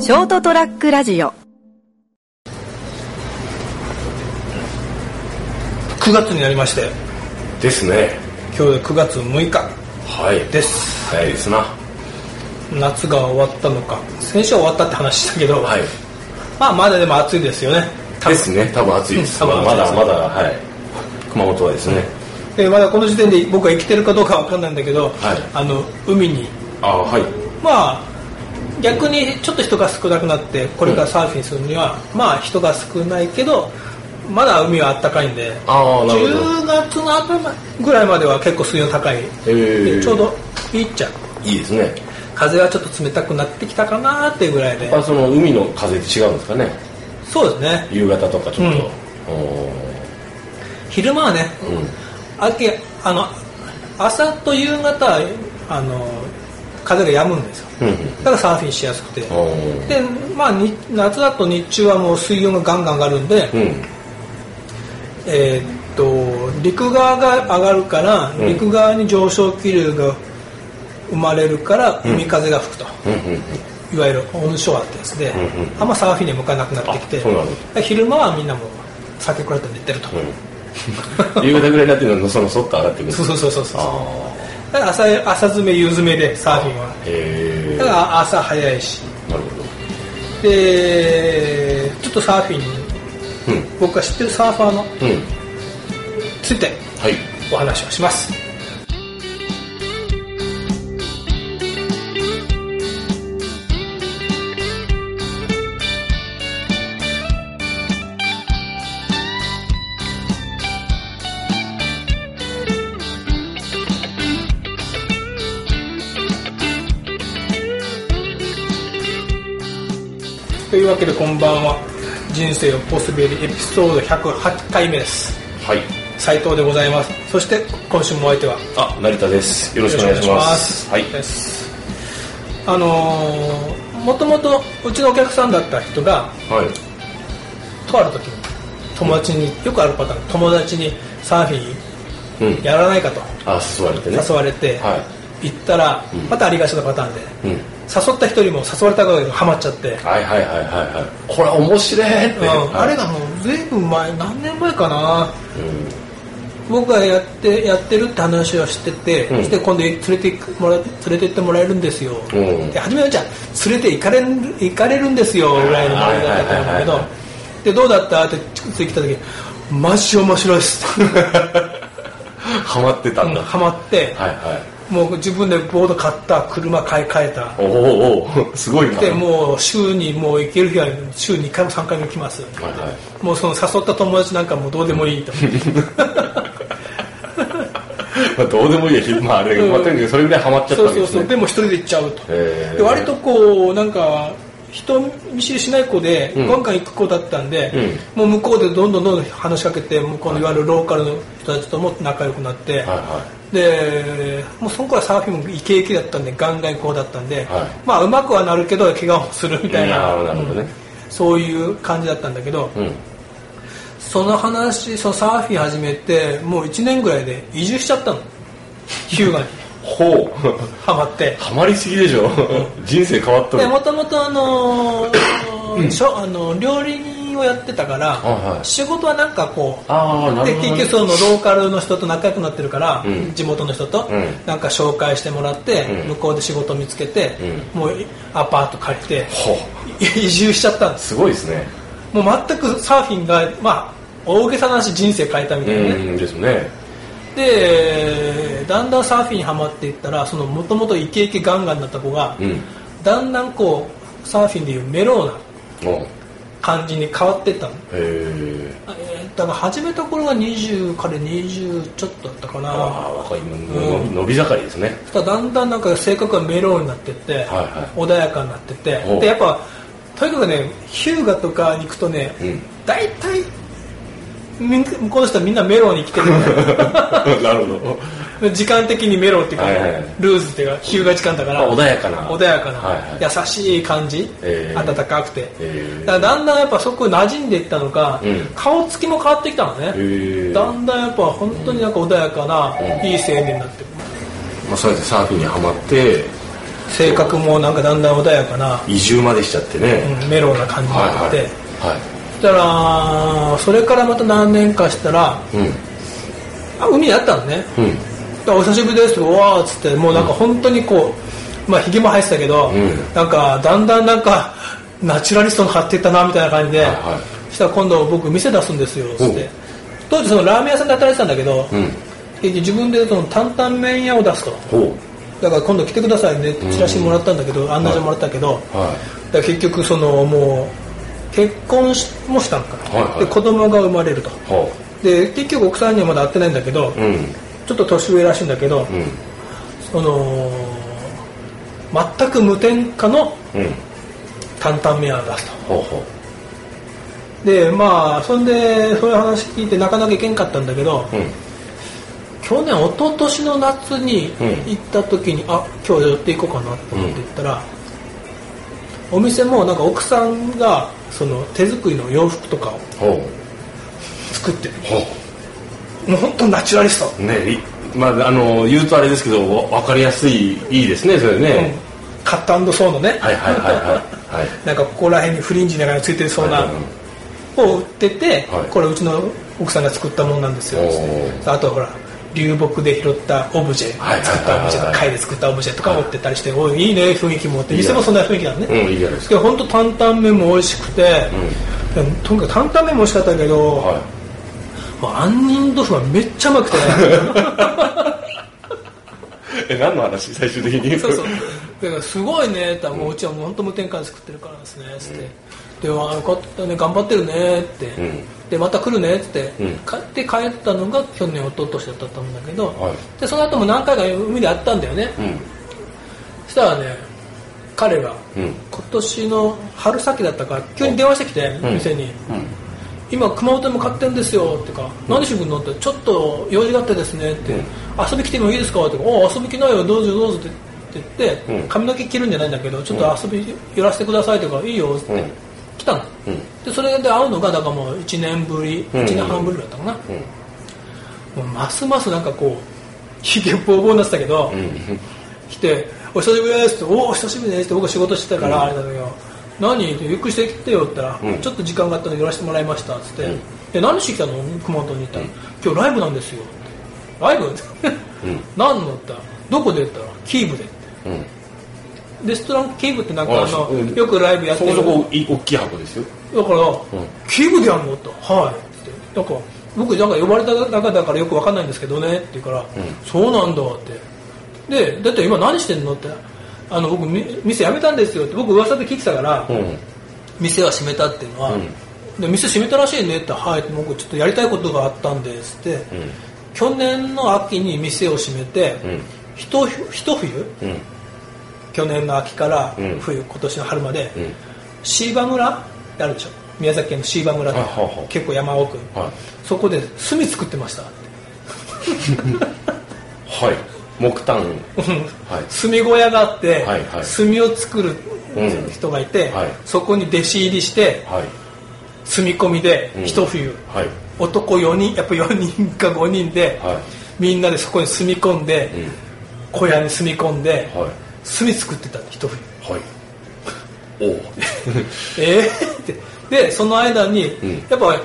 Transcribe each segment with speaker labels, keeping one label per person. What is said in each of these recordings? Speaker 1: ショートトラックラジオ
Speaker 2: 9月になりまして
Speaker 3: ですね
Speaker 2: 今日で9月6日
Speaker 3: はい
Speaker 2: です
Speaker 3: 早いですな
Speaker 2: 夏が終わったのか先週は終わったって話したけど、
Speaker 3: はい
Speaker 2: まあまだでも暑いですよね多
Speaker 3: で
Speaker 2: 分
Speaker 3: すね多分暑いです、
Speaker 2: うん多分暑
Speaker 3: ま
Speaker 2: いです
Speaker 3: だまだはい熊本はですね、
Speaker 2: でまだこの時点で僕は生きてるかどうかわかんないんだけど、
Speaker 3: はい
Speaker 2: あの海に
Speaker 3: あはい
Speaker 2: まあ逆にちょっと人が少なくなってこれからサーフィンするには、まあ人が少ないけどまだ海は暖かいんで
Speaker 3: ああなるほど
Speaker 2: 10月の頭ぐらいまでは結構水温高い、
Speaker 3: えー
Speaker 2: ちょうどいいっちゃう
Speaker 3: いいですね
Speaker 2: 風はちょっと冷たくなってきたかなーっていうぐらいで
Speaker 3: やっぱその海の風って違うんですかね
Speaker 2: そうですね
Speaker 3: 夕方とかちょっと、お
Speaker 2: 昼間はね
Speaker 3: ーうん
Speaker 2: 明けあの朝と夕方はあの風が止むんですよ
Speaker 3: うんうん
Speaker 2: だからサーフィンしやすくて
Speaker 3: おー
Speaker 2: で、まあ、に夏だと日中はもう水温がガンガン上がるんで、
Speaker 3: うん
Speaker 2: えーっと陸側が上がるから
Speaker 3: ん
Speaker 2: 陸側に上昇気流が生まれるから海風が吹くと、
Speaker 3: うんうんうん
Speaker 2: いわゆるオンショアってやつで、
Speaker 3: うんうん
Speaker 2: あんまサーフィンには向かなくなってきて
Speaker 3: あそうなんだ
Speaker 2: で昼間はみんなもう酒食らって寝てると、
Speaker 3: うん夕方ぐらいになってるのにそのそっと上がってくる
Speaker 2: そうそうそうそうそう
Speaker 3: あ
Speaker 2: だから朝朝詰め夕詰めでサーフィンは
Speaker 3: ーへえ
Speaker 2: だから朝早いし
Speaker 3: なるほど
Speaker 2: でちょっとサーフィンに
Speaker 3: うん
Speaker 2: 僕が知ってるサーファーの
Speaker 3: うん
Speaker 2: ついて
Speaker 3: はい
Speaker 2: お話をしますというわけでこんばんは人生をポスベリエピソード108回目です
Speaker 3: はい
Speaker 2: 斉藤でございますそして今週もお相手はよ
Speaker 3: あ成田ですよろしくお願いします
Speaker 2: ろしくお願いしますあのー、もともとうちのお客さんだった人が
Speaker 3: はいはい
Speaker 2: とある時に友達によくあるパターン友達にサーフィ
Speaker 3: うん
Speaker 2: ンやらないかと
Speaker 3: あ誘われてね
Speaker 2: 誘われて
Speaker 3: は
Speaker 2: 行ったら
Speaker 3: ん
Speaker 2: またありがちなパターンで
Speaker 3: い、う
Speaker 2: 誘
Speaker 3: ん、
Speaker 2: った人にも誘われた側がハマっちゃって
Speaker 3: はいはいはいはいはいこれ面白いって、
Speaker 2: うん、
Speaker 3: はい
Speaker 2: あれがもうずいぶん前何年前かな
Speaker 3: うん
Speaker 2: 僕がやってやってるって話をしてて、
Speaker 3: うん
Speaker 2: そして今度連れて行くもら連れて行ってもらえるんですよ、
Speaker 3: うん
Speaker 2: で初めはじゃあ連れて行かれる行かれるんですよぐらいのノリだったと思うんだけど
Speaker 3: はいはいはいは
Speaker 2: でどうだったってついてきた時マジ面白いっす
Speaker 3: ハマってた んだ、
Speaker 2: ハマって、
Speaker 3: はいはい
Speaker 2: もう自分でボード買った車買い替えた
Speaker 3: おおおおすごいな
Speaker 2: でもう週にもう行ける日は週2回も3回も来ます、
Speaker 3: はいはい
Speaker 2: もうその誘った友達なんかもうどうでもいいと
Speaker 3: まあどうでもいいやひまああれ、まあ、とにかくそれぐらいハマっちゃった
Speaker 2: そうんそ
Speaker 3: で
Speaker 2: う
Speaker 3: すね
Speaker 2: そうでも一人で行っちゃうと
Speaker 3: へー
Speaker 2: で割とこうなんか人見知りしない子で、
Speaker 3: ん
Speaker 2: ガンガン行く子だったんで、もう向こうでどんどんどんどん話しかけて向こうのいわゆるローカルの人たちとも仲良くなって、
Speaker 3: はいは
Speaker 2: でもうその子はサーフィンもイケイケだったんでガンガン行く子だったんで、
Speaker 3: はい
Speaker 2: まあうまくはなるけど怪我をするみ
Speaker 3: い
Speaker 2: たいな
Speaker 3: なるほどね
Speaker 2: そういう感じだったんだけど、
Speaker 3: うん、
Speaker 2: その話そのサーフィン始めてもう1年ぐらいで移住しちゃったの日向に
Speaker 3: ほう
Speaker 2: ハマって
Speaker 3: ハマりすぎでしょ人生変わっとる
Speaker 2: でもともとあのーしょあの料理人をやってたから、
Speaker 3: はいはい
Speaker 2: 仕事はなんかこう
Speaker 3: ああなる
Speaker 2: で
Speaker 3: ほど、ね、
Speaker 2: 結局そのローカルの人と仲良くなってるから、
Speaker 3: うん
Speaker 2: 地元の人と
Speaker 3: うん
Speaker 2: なんか紹介してもらって、
Speaker 3: うん
Speaker 2: 向こうで仕事見つけて、もうアパート借りて
Speaker 3: ほう
Speaker 2: 移住しちゃったんです
Speaker 3: すごいですね
Speaker 2: もう全くサーフィンがまあ大げさな話人生変えたみ
Speaker 3: う
Speaker 2: たいなね、
Speaker 3: んですね
Speaker 2: でだんだんサーフィンにはまっていったらそのもともとイケイケガンガンだった子が、
Speaker 3: うん
Speaker 2: だんだんこうサーフィンでいうメローな
Speaker 3: おへ
Speaker 2: 感じに変わっていったの、
Speaker 3: え
Speaker 2: えーだから始めた頃が20から20ちょっとだったか
Speaker 3: あ
Speaker 2: な
Speaker 3: あ若いの伸び伸び盛りですね
Speaker 2: そしたらだんだんなんか性格がメローになってって、
Speaker 3: は
Speaker 2: 穏やかになってって
Speaker 3: お
Speaker 2: でやっぱとにかくね日向とかに行くとね、
Speaker 3: うん
Speaker 2: 大体みん向こうの人はみんなメローに来てる みたいな
Speaker 3: なるほど
Speaker 2: 時間的にメロっていうか、
Speaker 3: はいはいはい
Speaker 2: ルーズっていうか日向時間だか
Speaker 3: まあ
Speaker 2: ら
Speaker 3: 穏やかな
Speaker 2: 穏やかな、
Speaker 3: はいはい
Speaker 2: 優しい感じ、
Speaker 3: えー
Speaker 2: 温かくて、
Speaker 3: えー
Speaker 2: だからだんだんやっぱそこに馴染んでいったのか、
Speaker 3: うん
Speaker 2: 顔つきも変わってきたのね、
Speaker 3: えー
Speaker 2: だんだんやっぱ本当になんか穏やかな、
Speaker 3: うん
Speaker 2: いい青年になってる
Speaker 3: まあ、そうやってサーフィンにはまって
Speaker 2: 性格もなんかだんだん穏やかな、
Speaker 3: 移住までしちゃってね、
Speaker 2: うんメロウな感じに
Speaker 3: はい
Speaker 2: なっ
Speaker 3: はい
Speaker 2: て、
Speaker 3: はい
Speaker 2: だからそれからまた何年かしたら
Speaker 3: う
Speaker 2: あ海にあったのね、
Speaker 3: んうん
Speaker 2: だからお久しぶりですとかうわーっつってもうなんか本当にこうまあひげも生えてたけど、
Speaker 3: ん
Speaker 2: なんかだんだんなんかナチュラリストに張っていったなみたいな感じで、
Speaker 3: はいはい
Speaker 2: そしたら今度僕店出すんですよっつっ
Speaker 3: おう
Speaker 2: て当時そのラーメン屋さんで働いてたんだけど、
Speaker 3: うん
Speaker 2: 自分でその担々麺屋を出すと
Speaker 3: ほ
Speaker 2: だから今度来てくださいねってチラシもらったんだけど、案内状もらったけど、
Speaker 3: うは
Speaker 2: だから結局そのもう結婚しもしたんか、
Speaker 3: はいはい
Speaker 2: で子供が生まれると
Speaker 3: いほ
Speaker 2: で結局奥さんにはまだ会ってないんだけど、
Speaker 3: ううん
Speaker 2: ちょっと年上らしいんだけど、
Speaker 3: うん
Speaker 2: その全く無添加の
Speaker 3: うん
Speaker 2: 担々麺を出すと
Speaker 3: ほうほ
Speaker 2: でまあそんでそういう話聞いてなかなか行けんかったんだけど、
Speaker 3: ううん
Speaker 2: 去年一昨年の夏に
Speaker 3: うん
Speaker 2: 行った時に、あ今日寄っていこうかなと思って行ったら、お店もなんか奥さんがその手作りの洋服とかを
Speaker 3: ほう
Speaker 2: 作ってる
Speaker 3: ほ
Speaker 2: もう本当ナチュラリスト、
Speaker 3: うねいまああの言うとあれですけどわ分かりやすいいいですねそれ
Speaker 2: うん
Speaker 3: ね、
Speaker 2: カットソーのね、
Speaker 3: はいはいはいはいはい
Speaker 2: なんかここら辺にフリンジなんかがついてるそうな
Speaker 3: はいはい
Speaker 2: を売ってて、
Speaker 3: はい
Speaker 2: これうちの奥さんが作ったものなんですよ
Speaker 3: おー
Speaker 2: つってあとほら流木で拾ったオブジェ
Speaker 3: はいはいは
Speaker 2: 作
Speaker 3: いはい
Speaker 2: ったオブジェ貝で作ったオブジェとか持ってたりして、おいいいね雰囲気もって店もそんな雰囲気なのね、
Speaker 3: うんいいじゃないですか
Speaker 2: で本当担々麺も美味しくて、でとにかく担々麺も美味しかったけど、
Speaker 3: は
Speaker 2: もう杏仁豆腐はめっちゃ甘くて、
Speaker 3: いえ何の話最終的に
Speaker 2: そうそうだからすごいねって言ったらもううちはもう本当無添加で作ってるからですねつって、でわあよかったね頑張ってるねって、
Speaker 3: うん
Speaker 2: でまた来るねって言
Speaker 3: う
Speaker 2: っ
Speaker 3: ん
Speaker 2: て、買って帰ったのが去年一昨年だったと思うんだけど、
Speaker 3: はい
Speaker 2: でその後も何回か海で会ったんだよね、
Speaker 3: うん
Speaker 2: そしたらね彼が
Speaker 3: うん
Speaker 2: 今年の春先だったから急に電話してきて、
Speaker 3: うん
Speaker 2: 店に、
Speaker 3: うん
Speaker 2: 今熊本でも買ってるんですよ」とか「何しに来るの?」って「ちょっと用事があってですね」って
Speaker 3: うん
Speaker 2: 「遊び来てもいいですか?」とか「おう遊び来ないよどうぞどうぞ」って言って、
Speaker 3: うん
Speaker 2: 髪の毛切るんじゃないんだけど「ちょっと遊び寄らせてください」とか「いいよ」って、
Speaker 3: うん
Speaker 2: 来たの、
Speaker 3: うん
Speaker 2: でそれで会うのがだからもう1年ぶり
Speaker 3: うん
Speaker 2: 1年半ぶりだったかな、も
Speaker 3: うん
Speaker 2: うますますなんかこうひげぼうぼうになってたけど、
Speaker 3: うん
Speaker 2: 来て「お久しぶりです」って「おお久しぶりです」って僕仕事してたからあれだけど「何?」って「ゆっくりしてきてよ」って言ったら、
Speaker 3: うん
Speaker 2: ちょっと時間があったので寄らせてもらいました」っつって「
Speaker 3: うん
Speaker 2: で何してきたの熊本に」行ったら「今日ライブなんですよ」って「ライブ?」って
Speaker 3: うん
Speaker 2: 「何の?」って言ったら「どこで?」って言ったら「キーブで」
Speaker 3: うん
Speaker 2: レストランキーブってなんかあ
Speaker 3: あうん
Speaker 2: のよくライブやっ
Speaker 3: そ
Speaker 2: てる
Speaker 3: こそこい大きい箱ですよ
Speaker 2: だから、
Speaker 3: ん
Speaker 2: キーブでやんのと、はいって、なんか僕、なんか呼ばれた中だからよくわかんないんですけどねって言うから、そうなんだって、で、だって今、何してんのって、あの僕、み店辞めたんですよって、僕、噂で聞いてたから、
Speaker 3: うん
Speaker 2: 店は閉めたっていうのは、
Speaker 3: うん
Speaker 2: で店閉めたらしいねって、はい、僕、ちょっとやりたいことがあったんですって、去年の秋に店を閉めて、
Speaker 3: うん
Speaker 2: ひとひと冬、
Speaker 3: うん
Speaker 2: 去年の秋から
Speaker 3: うん
Speaker 2: 冬、今年の春まで、
Speaker 3: うん
Speaker 2: 椎葉村ってあるでしょ宮崎県の椎葉村って
Speaker 3: あはあはあ
Speaker 2: 結構山奥、
Speaker 3: はい
Speaker 2: そこで炭作ってました
Speaker 3: はい木炭はい
Speaker 2: 炭小屋があって、
Speaker 3: はいはい
Speaker 2: 炭を作る
Speaker 3: うん
Speaker 2: 人がいて、
Speaker 3: はい
Speaker 2: そこに弟子入りして
Speaker 3: はい
Speaker 2: 住み込みで
Speaker 3: うん
Speaker 2: 一冬、
Speaker 3: はい
Speaker 2: 男4人やっぱ4人か5人で、
Speaker 3: はい
Speaker 2: みんなでそこに住み込んで、
Speaker 3: うん
Speaker 2: 小屋に住み込んで、
Speaker 3: はい
Speaker 2: 炭作ってた一冬
Speaker 3: はいお う
Speaker 2: えーってでその間に、
Speaker 3: ん
Speaker 2: やっぱ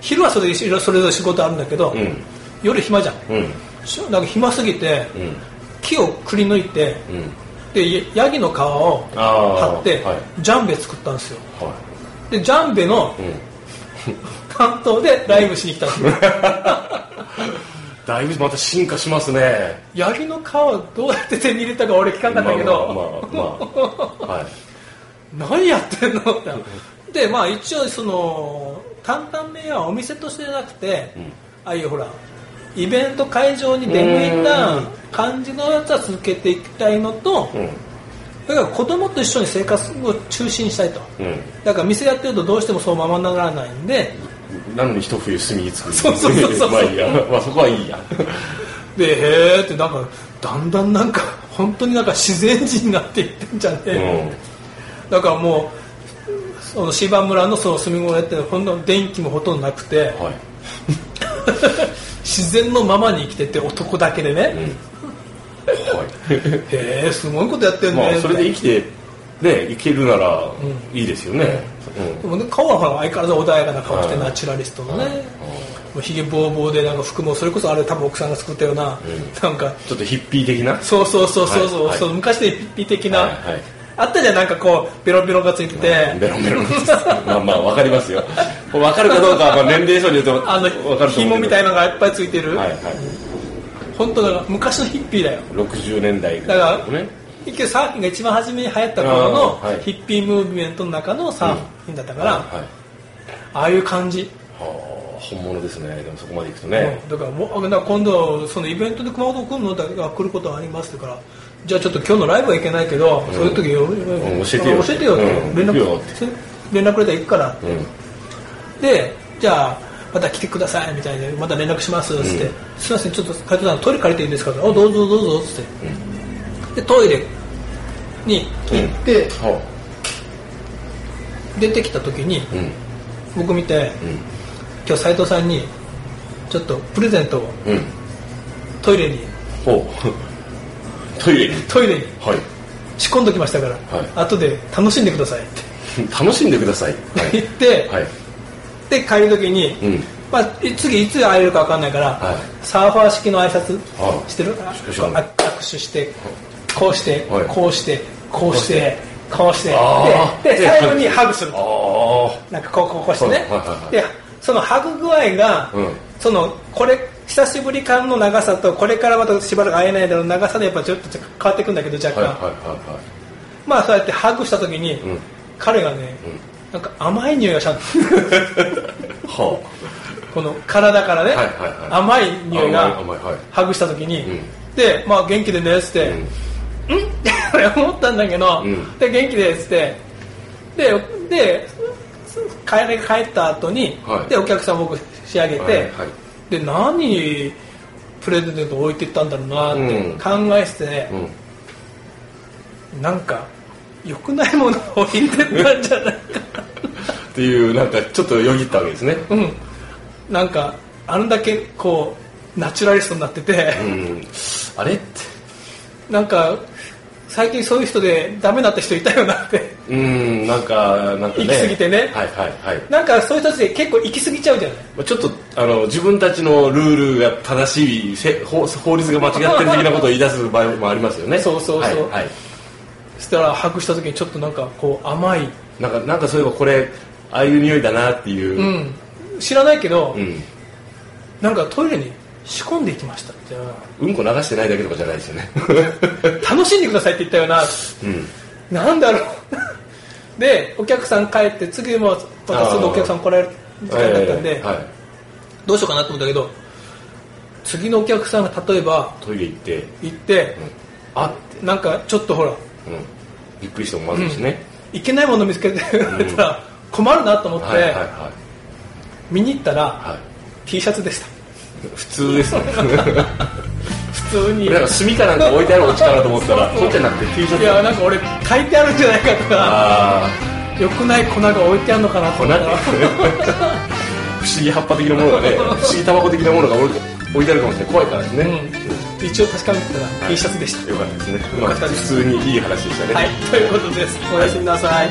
Speaker 2: 昼はそれそれぞれ仕事あるんだけど、
Speaker 3: ん
Speaker 2: 夜暇じゃん、
Speaker 3: うん
Speaker 2: しなんか暇すぎて、
Speaker 3: うん
Speaker 2: 木をくり抜いて、
Speaker 3: うん
Speaker 2: でヤギの皮を
Speaker 3: あー
Speaker 2: 貼って、
Speaker 3: はい
Speaker 2: ジャンベ作ったんですよ
Speaker 3: は
Speaker 2: でジャンベの
Speaker 3: いうん
Speaker 2: 担当でライブしに来たんですよ
Speaker 3: だいぶまた進化しますね
Speaker 2: ヤギの皮をどうやって手に入れたか俺聞かんかったけど、
Speaker 3: まあまあまあ、まあ、はい
Speaker 2: 何やってんのってでまあ一応その担々麺屋はお店としてじゃなくて、
Speaker 3: ん
Speaker 2: ああいうほらイベント会場に出向いた
Speaker 3: うん
Speaker 2: 感じのやつは続けていきたいのと、
Speaker 3: う
Speaker 2: だから子供と一緒に生活を中心にしたいと、
Speaker 3: ん
Speaker 2: だから店やってるとどうしてもそうままならないんで
Speaker 3: うんなのに一冬住み着く
Speaker 2: そうそうそうそう
Speaker 3: まあ いいやまあそこはいいや
Speaker 2: でへえってなんかだんだんなんか本当になんか自然人になっていってんじゃね
Speaker 3: う
Speaker 2: え、
Speaker 3: ん
Speaker 2: だからもうその芝村のその住み小屋ってほんと電気もほとんどなくて、
Speaker 3: はい
Speaker 2: 自然のままに生きてて男だけでね、
Speaker 3: ははい
Speaker 2: へえすごいことやってんね
Speaker 3: まあそれで生きてねいけるなら
Speaker 2: ん
Speaker 3: いいですよね、うん
Speaker 2: でもね顔はほら相変わらず穏やかな顔して
Speaker 3: はい
Speaker 2: ナチュラリストのね、もうひげぼうぼうでなんか服もそれこそあれ多分奥さんが作ったような、なんか
Speaker 3: ちょっとヒッピー的な
Speaker 2: そうそうそうそうそう,、
Speaker 3: はいはい
Speaker 2: そう昔で一匹的な、
Speaker 3: はいはい
Speaker 2: あったじゃんなんかこうベロベロがついてて、
Speaker 3: ベロンベロンですまあまあわかりますよわかるかどうかはまあ年齢層によってわ
Speaker 2: あ
Speaker 3: かると思う
Speaker 2: の
Speaker 3: けど
Speaker 2: 紐みたいなのがいっぱいついてる、
Speaker 3: はいはい
Speaker 2: 本当だから昔のヒッピーだよ
Speaker 3: 60年代
Speaker 2: だから、
Speaker 3: ね
Speaker 2: 結局サーフィンが一番初めに流行った頃の
Speaker 3: あーはい
Speaker 2: ヒッピームーブメントの中のサーフィンだったから、
Speaker 3: はいはい
Speaker 2: ああいう感じ、
Speaker 3: はあ本物ですねでもそこまでいくとね
Speaker 2: うんだからもうだから今度そのイベントで熊本来るのだから来ることはありますってからじゃあちょっと今日のライブはいけないけど、そういう時よ、
Speaker 3: ん教えてよ
Speaker 2: 教えてよって
Speaker 3: うん
Speaker 2: 連
Speaker 3: 行
Speaker 2: 絡、
Speaker 3: くよっ
Speaker 2: 連絡くれたら行くからって、
Speaker 3: うん
Speaker 2: でじゃあまた来てくださいみたいでまた連絡しますっつって、すいませんちょっと斉藤さんトイレ借りていいですかおどうぞどうぞっつって、でトイレに行って、
Speaker 3: は
Speaker 2: 出てきた時に
Speaker 3: あうん
Speaker 2: 僕見て、
Speaker 3: ん
Speaker 2: 今日斉藤さんにちょっとプレゼントを
Speaker 3: うん
Speaker 2: トイレに
Speaker 3: ほうトイレに
Speaker 2: トイレに
Speaker 3: はい
Speaker 2: 仕込んどきましたから、
Speaker 3: はい
Speaker 2: 後で楽しんでくださいっ
Speaker 3: 楽しんでください
Speaker 2: て 言って、
Speaker 3: はい、はい、
Speaker 2: で帰る時に、
Speaker 3: うん
Speaker 2: まあ、い次いつ会えるか分かんないから、
Speaker 3: はい
Speaker 2: サーファー式の挨拶
Speaker 3: はい
Speaker 2: してる、
Speaker 3: しましょう
Speaker 2: あ握手してこうして、
Speaker 3: はい
Speaker 2: こうしてこうしてこうして
Speaker 3: あー
Speaker 2: でで
Speaker 3: で
Speaker 2: 最後にハグする
Speaker 3: ああ
Speaker 2: なんかこうこうこうしてね、
Speaker 3: はいはいはいはい
Speaker 2: でそのハグ具合が、
Speaker 3: うん
Speaker 2: そのこれ久しぶり感の長さとこれからまたしばらく会えないだろう長さでやっぱちょっと変わってくんだけど若
Speaker 3: は
Speaker 2: 干、
Speaker 3: いはいはいはい
Speaker 2: まあそうやってハグした時に、
Speaker 3: ん
Speaker 2: 彼がね、なんか甘い匂いがした の
Speaker 3: は
Speaker 2: この体からね、
Speaker 3: はいはいはい
Speaker 2: 甘い匂いが
Speaker 3: 甘い甘いはい
Speaker 2: ハグした時に、
Speaker 3: うん
Speaker 2: で、まあ、元気でねっつっ
Speaker 3: あ
Speaker 2: て、
Speaker 3: うん
Speaker 2: 俺思ったん だけど、
Speaker 3: うん
Speaker 2: で元気ですってでで帰れ帰った後に、
Speaker 3: はい
Speaker 2: でお客さん僕仕上げて、
Speaker 3: はいはい
Speaker 2: で何プレゼント置いてったんだろうなって
Speaker 3: うん
Speaker 2: 考えててね、
Speaker 3: うん
Speaker 2: なんか良くないものを置いてったんじゃない か
Speaker 3: っていうなんかちょっとよぎったわけですね
Speaker 2: なうんなんかあんだけこうナチュラリストになってて、
Speaker 3: うんあれって
Speaker 2: なんか最近そういう人でダメだった人いたよなって
Speaker 3: うんなんかなんかね
Speaker 2: 行き過ぎてね
Speaker 3: はいはいはい
Speaker 2: なんかそういう人たちで結構行き過ぎちゃうじゃない
Speaker 3: まあちょっとあの自分たちのルールが正しいせ法法律が間違ってる的なことを言い出す場合もありますよね
Speaker 2: そうそうそう
Speaker 3: はい、はい
Speaker 2: そしたら把握した時にちょっとなんかこう甘い、
Speaker 3: なんかなんかそういえばこれああいう匂いだなっていう
Speaker 2: う、ん、知らないけど、
Speaker 3: うん
Speaker 2: なんかトイレに仕込んでいきましたって
Speaker 3: うんこ流してないだけとかじゃないですよね
Speaker 2: 楽しんでくださいって言ったよな
Speaker 3: うん
Speaker 2: なんだろう でお客さん帰って次もまたすぐお客さん来られる時間だったんで、
Speaker 3: えーはい、
Speaker 2: どうしようかなと思ったけど次のお客さんが例えば
Speaker 3: トイレ行って、
Speaker 2: 行って
Speaker 3: う、ん、あって、
Speaker 2: なんかちょっとほら
Speaker 3: うん、びっくりしてもまずいしね、
Speaker 2: いけないもの見つけて くれたら困るなと思って、
Speaker 3: はいはいは
Speaker 2: 見に行ったら
Speaker 3: い、はい
Speaker 2: T シャツでした
Speaker 3: 普通ですね
Speaker 2: 普通に
Speaker 3: なんか炭かなんか置いてあるお家かなと思ったらそうじゃなくて T シャ
Speaker 2: い
Speaker 3: ツ
Speaker 2: やなんか俺書いてあるんじゃないかとか
Speaker 3: あ
Speaker 2: よくない粉が置いてあるのかな
Speaker 3: あ
Speaker 2: と
Speaker 3: 粉
Speaker 2: か
Speaker 3: ね不思議葉っぱ的なものがね不思議タバコ的なものが置いて置いてあるかもしれない怖いからですね、
Speaker 2: うん、一応確かめてたら T シャツでした、
Speaker 3: よかったですね
Speaker 2: よかったで
Speaker 3: 普
Speaker 2: す
Speaker 3: 通にいい話でしたね、
Speaker 2: はいということですおやすみなさい、